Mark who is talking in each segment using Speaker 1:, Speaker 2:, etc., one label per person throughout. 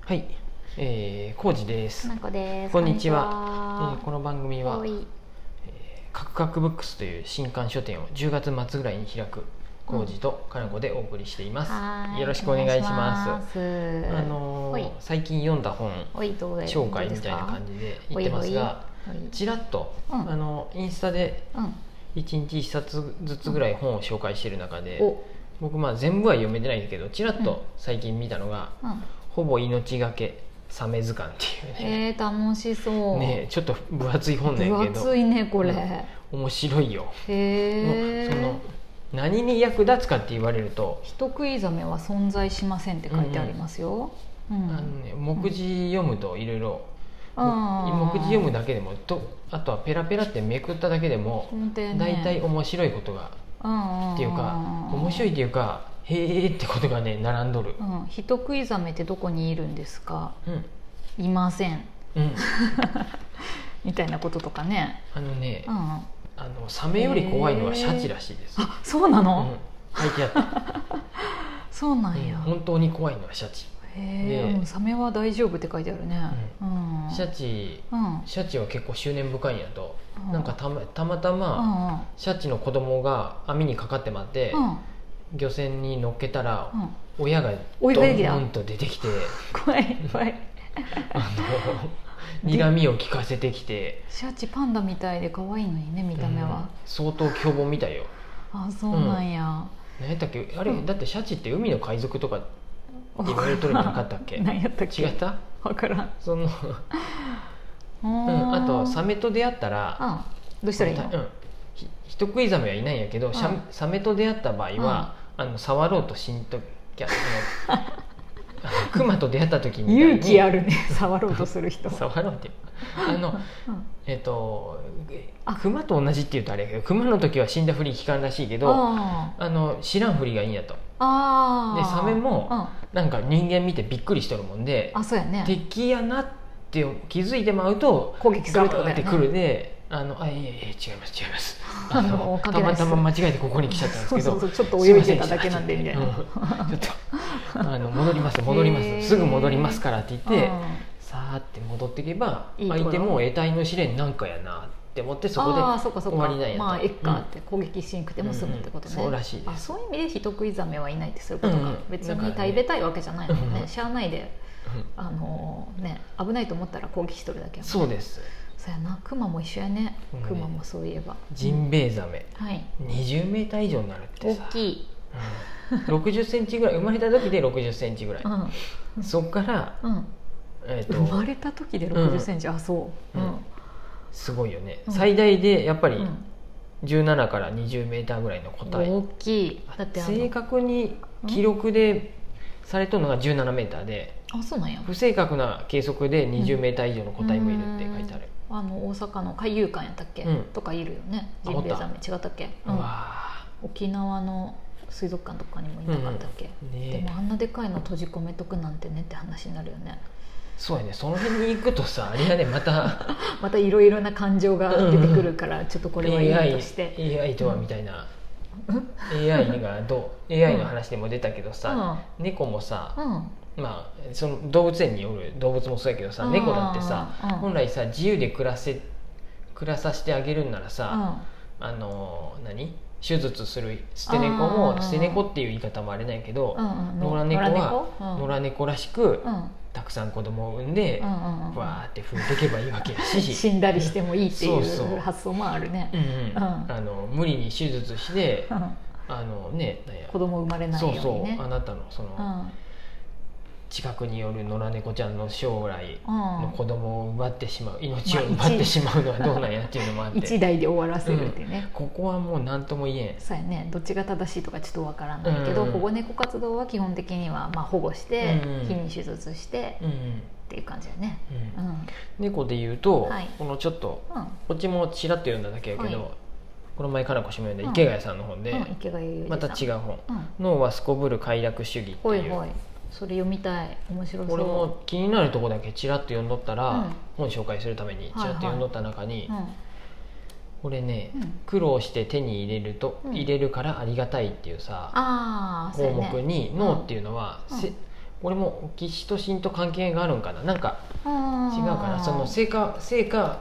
Speaker 1: はい、えー、コウジです、
Speaker 2: なこです。
Speaker 1: こんにちはえ
Speaker 2: は
Speaker 1: ーこの番組は
Speaker 2: おい
Speaker 1: 「カクカクブックス」という新刊書店を10月末ぐらいに開くコウジとかなこでお送りしています、
Speaker 2: はー
Speaker 1: よろしくお願いします
Speaker 2: お願いします
Speaker 1: あの
Speaker 2: ほ
Speaker 1: ー
Speaker 2: い
Speaker 1: 最近読んだ本
Speaker 2: おいどうだい
Speaker 1: 紹介みたいな感じで言ってますが
Speaker 2: どうです
Speaker 1: ちらっと、
Speaker 2: うん
Speaker 1: あのインスタで
Speaker 2: か。
Speaker 1: 1日1冊ずつぐらい本を紹介してる中で、
Speaker 2: ほいおい
Speaker 1: 僕まあ全部は読めてないけどちらっ
Speaker 2: うん
Speaker 1: と最近見たのが「
Speaker 2: うん。
Speaker 1: ほぼ命がけサメ図鑑」っていう
Speaker 2: お、
Speaker 1: ね,、
Speaker 2: えー、楽しそう。
Speaker 1: ねちょっと分厚い本なんや
Speaker 2: 分
Speaker 1: けど
Speaker 2: 厚いねこれ。
Speaker 1: うん
Speaker 2: へ
Speaker 1: 面白いよ、
Speaker 2: え。
Speaker 1: その何に役立つかって言われると、
Speaker 2: 人食いザメは存在しませんって書いてありますよ。うん
Speaker 1: あのね、目次読むといろいろ
Speaker 2: あー
Speaker 1: 目次読むだけでもとあとはペラペラってめくっただけでも
Speaker 2: 本当やね
Speaker 1: 大体面白いことが
Speaker 2: っ
Speaker 1: っていうか面白いっていうかへえってことがね並んどる
Speaker 2: うん、人食いザメってどこにいるんですか
Speaker 1: うん
Speaker 2: いません
Speaker 1: うん
Speaker 2: みたいなこととかね、
Speaker 1: あのね
Speaker 2: うん、あ
Speaker 1: あのサメより怖いのはシャチらしいです、
Speaker 2: そうな
Speaker 1: うん
Speaker 2: の、、
Speaker 1: 書いてあった、
Speaker 2: そうな
Speaker 1: うんん
Speaker 2: や、
Speaker 1: 本当に怖いのはシャチ、
Speaker 2: へえ、
Speaker 1: で
Speaker 2: うんサメは大丈夫って書いてあるね、うん
Speaker 1: シャチ
Speaker 2: うん
Speaker 1: シャチは結構執念深いんやと、
Speaker 2: うん
Speaker 1: なんかたまたまた
Speaker 2: う
Speaker 1: ま、
Speaker 2: んうん
Speaker 1: シャチの子供が網にかかってまって、
Speaker 2: うん
Speaker 1: 漁船に乗っけたら、
Speaker 2: うん
Speaker 1: 親が
Speaker 2: 追いかけてきた
Speaker 1: ドンと出て きて
Speaker 2: 怖い怖い
Speaker 1: あの苦みを効かせてきて
Speaker 2: シャチパンダみたいで可愛いのにね見た目
Speaker 1: うん
Speaker 2: は、
Speaker 1: 相当凶暴みたいよ
Speaker 2: あそうなんや、
Speaker 1: 何やったっけあれ、
Speaker 2: うん
Speaker 1: だってシャチって海の海賊とか言われとるんじゃなかったっけ
Speaker 2: 何やったっけ
Speaker 1: 違った
Speaker 2: 分からん、
Speaker 1: その、うん、あとサメと出会ったら
Speaker 2: あどうしたらいいの、
Speaker 1: うん、ひ人食いザメはいないんやけど、シャ
Speaker 2: うん
Speaker 1: サメと出会った場合は、あの触ろうとしんときゃあのあのク マと出会った時みたいに
Speaker 2: 勇気あるね触ろうとする人
Speaker 1: 触ろうってあ の
Speaker 2: うん
Speaker 1: えっ、と
Speaker 2: あ
Speaker 1: クマと同じって言うとあれやけどクマの時は死んだふり聞かんらしいけどあ
Speaker 2: あ
Speaker 1: の知らんふりがいいんやと
Speaker 2: ーあー
Speaker 1: でサメも
Speaker 2: うん
Speaker 1: なんか人間見てびっくりしとるもんで
Speaker 2: あそうやね
Speaker 1: 敵やなって気づいてまうと
Speaker 2: 攻撃する
Speaker 1: ガ
Speaker 2: ってこ
Speaker 1: バ
Speaker 2: とだ
Speaker 1: っ
Speaker 2: よ
Speaker 1: て
Speaker 2: ね
Speaker 1: くるで、あのあいえいえ違います違い ますあ
Speaker 2: もう
Speaker 1: のた
Speaker 2: かけな
Speaker 1: ま
Speaker 2: いです
Speaker 1: たま間違えてここに来ちゃったんですけど
Speaker 2: そうそうそうちょっと泳いでただけなんでみ
Speaker 1: す
Speaker 2: たい
Speaker 1: ま
Speaker 2: な、
Speaker 1: せんでしたちょっとあの戻ります戻りま
Speaker 2: へー
Speaker 1: すすぐ戻りますからって言って
Speaker 2: うん
Speaker 1: さーって戻っていけば
Speaker 2: いいところ
Speaker 1: 相手も得体の試練なんかやなって思ってそこで
Speaker 2: ああそっかそっ
Speaker 1: 終
Speaker 2: か
Speaker 1: わりなんやと
Speaker 2: まあえっかって攻撃しにくても済むってことね、
Speaker 1: うんうんそうらしいです
Speaker 2: あそういう意味で人食いザメはいないってそういうことか、
Speaker 1: うんうん
Speaker 2: 別
Speaker 1: だから
Speaker 2: に
Speaker 1: ね
Speaker 2: 食べたいわけじゃないもんね、
Speaker 1: うん
Speaker 2: しゃあないで
Speaker 1: うんうん
Speaker 2: あのーね危ないと思ったら攻撃しとるだけやもん
Speaker 1: そうです
Speaker 2: そうやなクマも一緒やね
Speaker 1: うん
Speaker 2: クマもそういえば、
Speaker 1: ジンベエザメ
Speaker 2: はい
Speaker 1: 20メーター以上になるって
Speaker 2: 大
Speaker 1: さ
Speaker 2: きい、
Speaker 1: 60センチぐらい生まれた時で60センチぐらい
Speaker 2: うん
Speaker 1: そっから、
Speaker 2: うん、
Speaker 1: えー、
Speaker 2: 生ま
Speaker 1: と
Speaker 2: れた時で6 0ンチ、あそう、う
Speaker 1: うんんすごいよね
Speaker 2: うん
Speaker 1: 最大でやっぱ
Speaker 2: う
Speaker 1: り
Speaker 2: ん
Speaker 1: 17から20メーターぐらいの個体、
Speaker 2: 大きいだってあ
Speaker 1: 正
Speaker 2: の
Speaker 1: 確に記録でされとるのが17メーターで
Speaker 2: あそうなんや
Speaker 1: 不正確な計測で20メーター以上の個体もいるって書いてある、
Speaker 2: あの大阪の海遊館やったっけ、
Speaker 1: うん
Speaker 2: とかいるよね
Speaker 1: あ
Speaker 2: ジンベエザメ違ったっけ、
Speaker 1: う
Speaker 2: うん
Speaker 1: わ
Speaker 2: 沖縄の水族館とかにもいなかったっけ、
Speaker 1: ー
Speaker 2: で
Speaker 1: ね
Speaker 2: もあんなでかいの閉じ込めとくなんてねって話になるよね
Speaker 1: そうやねその辺に行くとさあれやねま た
Speaker 2: またいろいろな感情が出てくるからちょっと これは
Speaker 1: AI,
Speaker 2: いいとして、
Speaker 1: AI とはみたいな、AI がど う AI の話でも出たけどさ、猫もさ、
Speaker 2: うんうん
Speaker 1: まあ、その動物園におる動物もそうやけどさ
Speaker 2: うん
Speaker 1: 猫だってさ、
Speaker 2: うん
Speaker 1: 本来さ自由で暮らせ暮らさせてあげるんならさ、あのー何手術する捨て猫
Speaker 2: あ
Speaker 1: も
Speaker 2: ー
Speaker 1: 捨て猫っていう言い方もあれないけど
Speaker 2: う、んうん
Speaker 1: 野良猫は野良猫らしく、
Speaker 2: うんうん
Speaker 1: たくさん子供を産んで、
Speaker 2: うんうんうん
Speaker 1: わーって増えていけばいいわけや し
Speaker 2: 死んだりしてもいいってい
Speaker 1: そうそう
Speaker 2: う発想もあるね
Speaker 1: うんうん
Speaker 2: うん
Speaker 1: あの無理に手術して、
Speaker 2: うん
Speaker 1: あのねなんや
Speaker 2: 子供生まれないよ
Speaker 1: そうう
Speaker 2: にね
Speaker 1: そうあなたのその、
Speaker 2: うん
Speaker 1: 近くによる野良猫ちゃんの将来の子供を奪ってしまう命を
Speaker 2: ま
Speaker 1: 奪
Speaker 2: あ
Speaker 1: ってしまうのはどうなんやっていうのもあっ
Speaker 2: 一
Speaker 1: て
Speaker 2: 台で終わらせるっていうね、
Speaker 1: ここはもう何とも言えん
Speaker 2: そうやねどっちが正しいとかちょっとわからないけど、
Speaker 1: うん
Speaker 2: 保護猫活動は基本的にはまあ保護して、
Speaker 1: うんうん
Speaker 2: 避妊手術して、っ
Speaker 1: うんうん
Speaker 2: ていう感じだね、う
Speaker 1: うんん猫で言うと、
Speaker 2: はい
Speaker 1: このちょっと
Speaker 2: うん
Speaker 1: こっちもちらっと読んだだけやけど、
Speaker 2: はい
Speaker 1: この前かなこしも読んだ
Speaker 2: うん
Speaker 1: 池谷さんの本で、
Speaker 2: うん、池がゆ
Speaker 1: また違
Speaker 2: う、
Speaker 1: う本
Speaker 2: うん、
Speaker 1: 「脳はすこぶる快楽主義」って
Speaker 2: ほい
Speaker 1: いう
Speaker 2: ほいそれ読みたい面白そう
Speaker 1: これも気になるとこだけちらっと読んどったら、
Speaker 2: うん
Speaker 1: 本紹介するためにちらっと読んどった中に、これね、
Speaker 2: うん
Speaker 1: 苦労して手に入れると、
Speaker 2: うん
Speaker 1: 入れるからありがたいっていうさ
Speaker 2: ああーそう
Speaker 1: 項
Speaker 2: や
Speaker 1: 目
Speaker 2: ね
Speaker 1: に「脳」っていうのは、
Speaker 2: うん
Speaker 1: せ俺もオキシトシンと関係があるんかななんか
Speaker 2: あ
Speaker 1: 違
Speaker 2: ー
Speaker 1: うかなその成果成果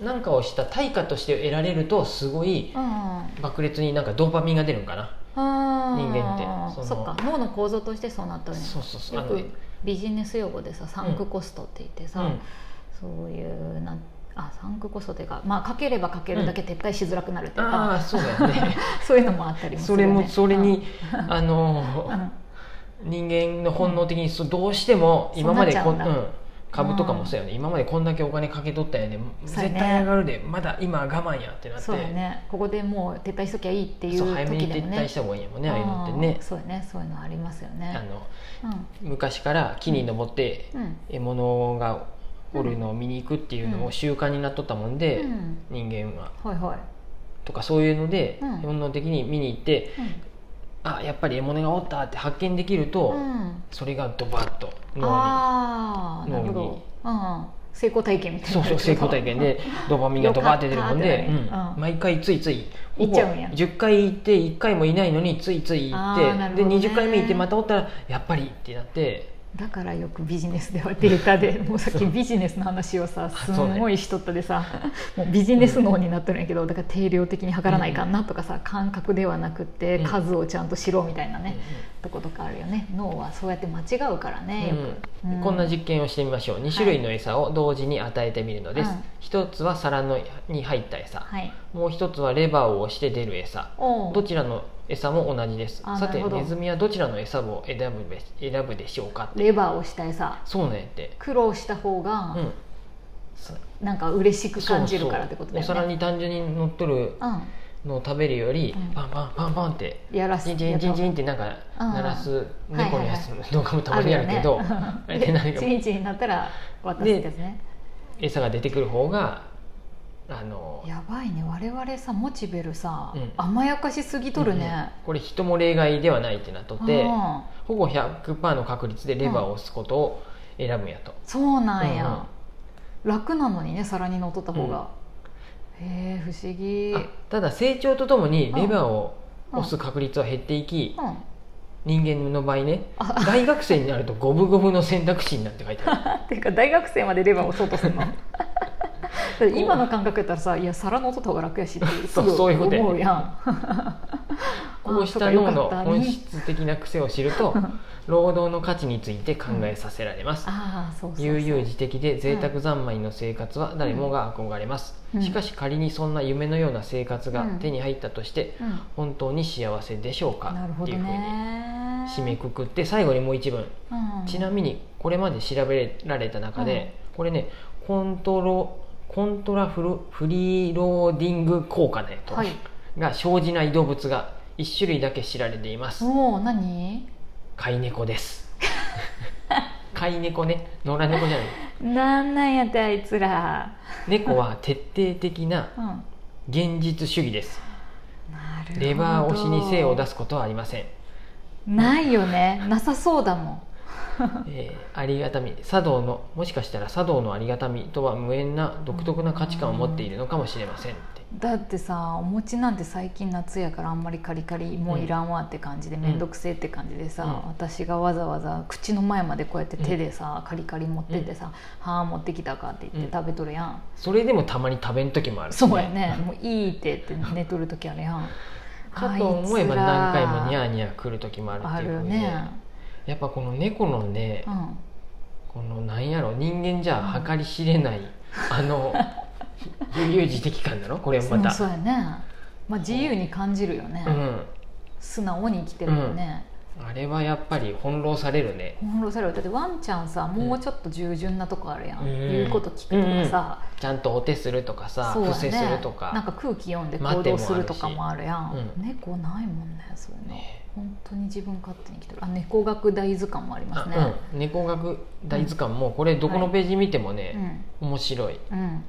Speaker 1: なんかをした対価として得られるとすごい
Speaker 2: うん
Speaker 1: 爆裂になんかドーパミンが出るんかな、
Speaker 2: あー
Speaker 1: 人間ってその
Speaker 2: そっか脳の構造としてそうなったね
Speaker 1: そうそうそう
Speaker 2: よ
Speaker 1: あの
Speaker 2: くビジネス用語でさサンクコストって言ってさ、
Speaker 1: うん
Speaker 2: そういうなんあサンクコストっていうか、まあ、かければかけるだけ撤回しづらくなるっていう
Speaker 1: あ
Speaker 2: か、
Speaker 1: あそうだよ ね
Speaker 2: そういうのもあったりもす
Speaker 1: そ
Speaker 2: る
Speaker 1: れ
Speaker 2: よ
Speaker 1: も
Speaker 2: ね
Speaker 1: それに、
Speaker 2: うん
Speaker 1: あの
Speaker 2: うん
Speaker 1: 人間の本能的にそうどうしても今までこ
Speaker 2: そうなっちゃう
Speaker 1: う
Speaker 2: んだ
Speaker 1: ん株とかもそうよね、今までこんだけお金かけとったよね
Speaker 2: そうや
Speaker 1: 絶
Speaker 2: ね
Speaker 1: 対上がるでまだ今は我慢やってなって
Speaker 2: そうだねここでもう撤退しときゃいいっていう
Speaker 1: そう早め
Speaker 2: 時
Speaker 1: に
Speaker 2: でも
Speaker 1: 撤
Speaker 2: ね
Speaker 1: 退した方がいいんやもんねああいうのって
Speaker 2: う
Speaker 1: ね
Speaker 2: んそうだねそういうのありますよ
Speaker 1: あ
Speaker 2: ね
Speaker 1: の
Speaker 2: うん
Speaker 1: 昔から木に登って
Speaker 2: うん
Speaker 1: 獲物がおるのを見に行くっていうの
Speaker 2: う
Speaker 1: を
Speaker 2: ん
Speaker 1: 習慣になっとったもん
Speaker 2: う
Speaker 1: で、
Speaker 2: ん
Speaker 1: 人間は
Speaker 2: はいはい
Speaker 1: とかそういうので、
Speaker 2: うん
Speaker 1: 本能的に見に行ってあやっぱり獲物がおったって発見できると、
Speaker 2: うん、うん、
Speaker 1: それがドバッと脳
Speaker 2: ああなるほど、うん、成功体験みたい
Speaker 1: に
Speaker 2: な
Speaker 1: そうそう成功体験 でドーパミンがドバッて出るもんで、
Speaker 2: よかったってなる
Speaker 1: うん
Speaker 2: うん
Speaker 1: 毎回ついついほぼ
Speaker 2: 行っちゃうんや
Speaker 1: 10回行って1回もいないのについつい行って
Speaker 2: あーなるほ
Speaker 1: で
Speaker 2: どね
Speaker 1: 20回目行ってまたおったらやっぱりってなって
Speaker 2: だからよくビジネスではデータでもうさっきビジネスの話をさ
Speaker 1: あ
Speaker 2: す
Speaker 1: そうね
Speaker 2: んごいしとったでさもうビジネス脳になっとるんやけどだから定量的に測らないかんなとかさ感覚ではなくて
Speaker 1: うん
Speaker 2: 数をちゃんとしろみたいなね、とことかあるよね脳はそうやって間違うからねよく、
Speaker 1: うん
Speaker 2: う
Speaker 1: こんな実験をしてみましょう2種類の餌を同時に与えてみるのです、
Speaker 2: うん
Speaker 1: 一つは皿のに入った餌、
Speaker 2: はい
Speaker 1: もう一つはレバーを押して出る餌
Speaker 2: おう
Speaker 1: どちらの餌も同じです
Speaker 2: あ
Speaker 1: さて
Speaker 2: なるほど
Speaker 1: ネズミはどちらの餌を選ぶべ選ぶでしょうかって
Speaker 2: レバーをしたいさ
Speaker 1: そうねって
Speaker 2: 苦労した方が
Speaker 1: うんそ
Speaker 2: なんか嬉しく感じるからってことだよね
Speaker 1: そうそうお皿に単純に乗っとるのを食べるより、
Speaker 2: うん
Speaker 1: パンパンパンパンって
Speaker 2: うん、やらす
Speaker 1: ジンジンジンジンってなんか
Speaker 2: うん
Speaker 1: 鳴らす
Speaker 2: うん
Speaker 1: 猫のやつの動画もたまにあるけど、 あれって何か
Speaker 2: チンチンになったら渡すってやつね
Speaker 1: 餌が出てくる方があの
Speaker 2: やばいね我々さモチベルさ、
Speaker 1: うん
Speaker 2: 甘やかしすぎとるね、
Speaker 1: これ人も例外ではないってなっとって
Speaker 2: うん
Speaker 1: ほぼ100%の確率でレバーを押すことを選ぶんやと、
Speaker 2: そうなんや、
Speaker 1: うんうん
Speaker 2: 楽なのにね皿に乗っとった方が、へえ不思議
Speaker 1: あただ成長とともにレバーを押す確率は減っていき
Speaker 2: うん
Speaker 1: 人間の場合ね
Speaker 2: あ
Speaker 1: 大学生になると五分五分の選択肢になって書いて ある
Speaker 2: っていうか大学生までレバーを押そうとするの だって今の感覚やったらさいや皿乗っとった方が楽やしってす
Speaker 1: そう
Speaker 2: ぐ
Speaker 1: そういうことやね
Speaker 2: 思うやん
Speaker 1: こうした
Speaker 2: あそう
Speaker 1: 脳
Speaker 2: か
Speaker 1: の
Speaker 2: よかった
Speaker 1: 本質的な癖を知る と
Speaker 2: うん
Speaker 1: 労働の価値について考えさせられます
Speaker 2: ああそうそうそう
Speaker 1: 悠々自適で贅沢三昧の生活は誰もが憧れます、
Speaker 2: うん
Speaker 1: しかし仮にそんな夢のような生活が
Speaker 2: うん
Speaker 1: 手に入ったとして
Speaker 2: うん
Speaker 1: 本当に幸せでしょうか、
Speaker 2: なるほ
Speaker 1: って
Speaker 2: ど
Speaker 1: いうふうに
Speaker 2: ね
Speaker 1: 締めくくって最後にもう一文、
Speaker 2: うん
Speaker 1: ちなみにこれまで調べられた中で、これねコントロコントラフロフリーローディング効果ねと、
Speaker 2: はい
Speaker 1: が生じない動物が1種類だけ知られています
Speaker 2: おお何
Speaker 1: 飼い猫です 飼い猫ね野良猫じゃない
Speaker 2: なんなんやってあいつら
Speaker 1: 猫は徹底的な
Speaker 2: うん
Speaker 1: 現実主義です
Speaker 2: なるほど
Speaker 1: レバー押しに精を出すことはありま せん、
Speaker 2: ないよねなさそうだもん
Speaker 1: えーありがたみ茶道のもしかしたら茶道のありがたみとは無縁な独特な価値観を持っているのかもしれませんって
Speaker 2: だってさお餅なんて最近夏やからあんまりカリカリもういらんわって感じで面倒、くせえって感じでさ、
Speaker 1: うん
Speaker 2: 私がわざわざ口の前までこうやって手でさ、カリカリ持ってってさ「はあ持ってきたか」って言って食べとるやん、
Speaker 1: それでもたまに食べん時もある、
Speaker 2: そうやねもういいってって寝とる時あるやん
Speaker 1: かと思えば何回もニャ
Speaker 2: ー
Speaker 1: ーニャー来る時もあるっ
Speaker 2: あ
Speaker 1: ていう
Speaker 2: る
Speaker 1: ふうに
Speaker 2: ね
Speaker 1: やっぱこの猫のね
Speaker 2: うん
Speaker 1: このなんやろ人間じゃ計り知れないあ の悠々自適感なのこれも
Speaker 2: そう
Speaker 1: ま
Speaker 2: そう
Speaker 1: た
Speaker 2: やねまあ自由に感じるよね、
Speaker 1: うん
Speaker 2: 素直に生きてるよね、
Speaker 1: あれはやっぱり翻弄されるね
Speaker 2: 翻弄されるだってワンちゃんさもうちょっと従順なとこあるや
Speaker 1: う
Speaker 2: ん、
Speaker 1: ん
Speaker 2: 言うこと聞くとかさ、
Speaker 1: ちゃんとお手するとかさ、
Speaker 2: そう
Speaker 1: 伏
Speaker 2: や
Speaker 1: せするとか
Speaker 2: なんか空気読んで行動するとかもあるや
Speaker 1: 待てもあ
Speaker 2: ん
Speaker 1: る、し
Speaker 2: 猫ないもんねそういうの、
Speaker 1: ね
Speaker 2: 本当に自分勝手に生きてるあ猫学大図鑑もありますね
Speaker 1: あうん、猫学大図鑑もこれどこのページ見ても
Speaker 2: う
Speaker 1: ね、
Speaker 2: ん
Speaker 1: 面白い、
Speaker 2: うん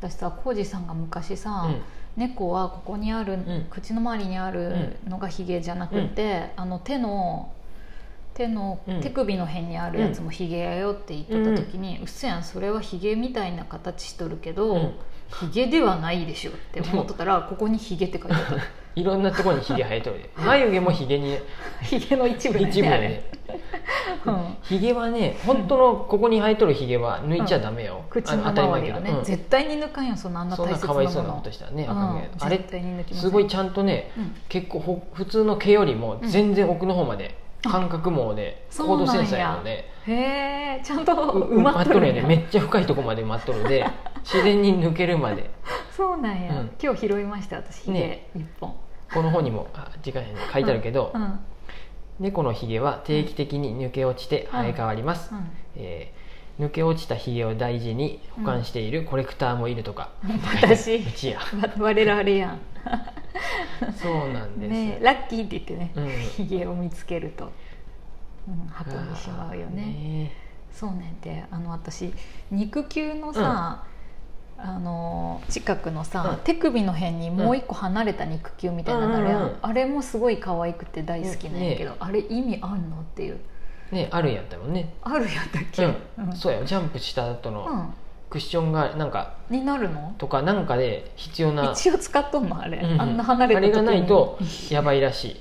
Speaker 2: 私さ浩二さんが昔
Speaker 1: うん
Speaker 2: さ、猫はここにある、
Speaker 1: ん
Speaker 2: 口の周りにあるのがヒゲじゃなくて、あの手の手の、
Speaker 1: うん
Speaker 2: 手首の辺にあるやつもヒゲやよって言ってた時に「うっせやんそれはヒゲみたいな形しとるけど、
Speaker 1: うん
Speaker 2: ヒゲではないでしょって思っとったらここにヒゲって書いてあっ
Speaker 1: いろんなところにひげ生えとるで眉毛もひげに
Speaker 2: たヒゲの一 部だよね
Speaker 1: 一部
Speaker 2: あ
Speaker 1: や
Speaker 2: れ
Speaker 1: ね
Speaker 2: うん
Speaker 1: ひげはね本当のここに生えとるひげは抜いちゃダメよ、
Speaker 2: 口
Speaker 1: あ
Speaker 2: の
Speaker 1: 当たり
Speaker 2: 周
Speaker 1: 前
Speaker 2: り
Speaker 1: や
Speaker 2: は
Speaker 1: け
Speaker 2: ね、
Speaker 1: どうん
Speaker 2: 絶対に抜かんよそんなあんな
Speaker 1: そん
Speaker 2: 大
Speaker 1: な
Speaker 2: 切
Speaker 1: か
Speaker 2: な
Speaker 1: わ
Speaker 2: も
Speaker 1: いそうなこ
Speaker 2: の
Speaker 1: としたらね、
Speaker 2: う
Speaker 1: あかんけど
Speaker 2: ん
Speaker 1: あ
Speaker 2: 絶
Speaker 1: れ
Speaker 2: 対に抜きます
Speaker 1: すごいちゃんとね結構ほ普通の毛よりも
Speaker 2: うん
Speaker 1: 全然奥の方まで感覚網で
Speaker 2: あ
Speaker 1: 高度センサーやので、
Speaker 2: へえちゃんと
Speaker 1: う
Speaker 2: 埋
Speaker 1: 埋まっ
Speaker 2: まっ
Speaker 1: と
Speaker 2: と
Speaker 1: る
Speaker 2: る
Speaker 1: よ
Speaker 2: ん
Speaker 1: ね
Speaker 2: や
Speaker 1: めっちゃ深いとこまで埋まっとる で自然に抜けるまで
Speaker 2: そうなんや、
Speaker 1: うん
Speaker 2: 今日拾いました私ヒゲ
Speaker 1: ね
Speaker 2: 一本、
Speaker 1: この本にもあ時間やね書いてあるけど、
Speaker 2: うんうん
Speaker 1: 猫のひげは定期的に抜け落ちて生え変わります、えー抜け落ちたひげを大事に保管しているコレクターもいるとか、
Speaker 2: 私
Speaker 1: うちや
Speaker 2: わ我らあれや
Speaker 1: そうなん
Speaker 2: ん、
Speaker 1: です、
Speaker 2: ね、ラッキーって言ってね、
Speaker 1: うん
Speaker 2: ヒゲを見つけると、うん、箱にしまうよねそうねんてあの私肉球のさ、あの近くのさ、
Speaker 1: うん
Speaker 2: 手首の辺にもう一個離れた肉球みたいなのあるやん、
Speaker 1: うんうんうん
Speaker 2: あれもすごい可愛くて大好きなんやけど、あれ意味あんのっていう
Speaker 1: あーねあるんやったもんね
Speaker 2: あるやったっけ、
Speaker 1: うん、そうやジャンプした後
Speaker 2: う
Speaker 1: の
Speaker 2: ん
Speaker 1: クッションがなんか
Speaker 2: になるの
Speaker 1: とかなんかで必要な、
Speaker 2: 一応使っとんのあれ、
Speaker 1: うんうん
Speaker 2: あんな離れた
Speaker 1: あれ
Speaker 2: 時に
Speaker 1: がないとやばいらし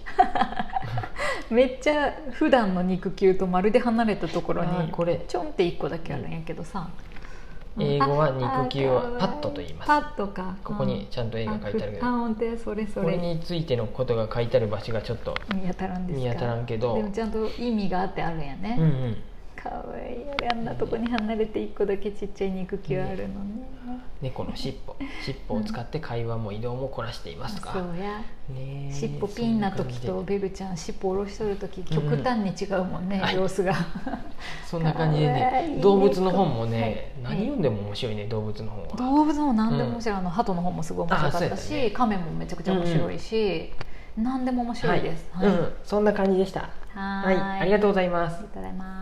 Speaker 1: い
Speaker 2: めっちゃ普段の肉球とまるで離れたところ
Speaker 1: あ
Speaker 2: に
Speaker 1: ーこれ
Speaker 2: ちょんって一個だけあるんやけどさ、うん
Speaker 1: 英語は肉球を
Speaker 2: あー
Speaker 1: パッドと言います
Speaker 2: パッドか
Speaker 1: ここにちゃんと絵が描いてあるけど
Speaker 2: あ本当やそれそ
Speaker 1: これ
Speaker 2: れ
Speaker 1: についてのことが書いてある場所がちょっと
Speaker 2: 見当たらんですか
Speaker 1: 見当たらんけど
Speaker 2: でもちゃんと意味があってあるんや
Speaker 1: うんう
Speaker 2: ね、
Speaker 1: ん
Speaker 2: 可愛かわいいあれあんなとこに離れて一個だけちっちゃい肉球あるのね、
Speaker 1: 猫の尻尾尻尾を使って会話も移動もこなしていますとか、
Speaker 2: そうや
Speaker 1: ねえ
Speaker 2: 尻尾ピンな時
Speaker 1: そ
Speaker 2: と
Speaker 1: んな感じで
Speaker 2: ベルちゃん尻尾下ろしとる時極端に違うもんね、
Speaker 1: はい
Speaker 2: 様子が
Speaker 1: そんな感じで
Speaker 2: かわいい
Speaker 1: ね
Speaker 2: 猫
Speaker 1: 動物の本もね、
Speaker 2: はい
Speaker 1: 何読んでも面白いね動物の本は
Speaker 2: 動物の何でも面白い、あの鳩の方もすごい面白かっ
Speaker 1: あ
Speaker 2: た
Speaker 1: そ
Speaker 2: し、
Speaker 1: うやね
Speaker 2: 亀もめちゃくちゃ面白いし、何でも面白いです、
Speaker 1: はいうん、そんな感じでした
Speaker 2: は
Speaker 1: はい、ありがとうございます
Speaker 2: ありがとうございます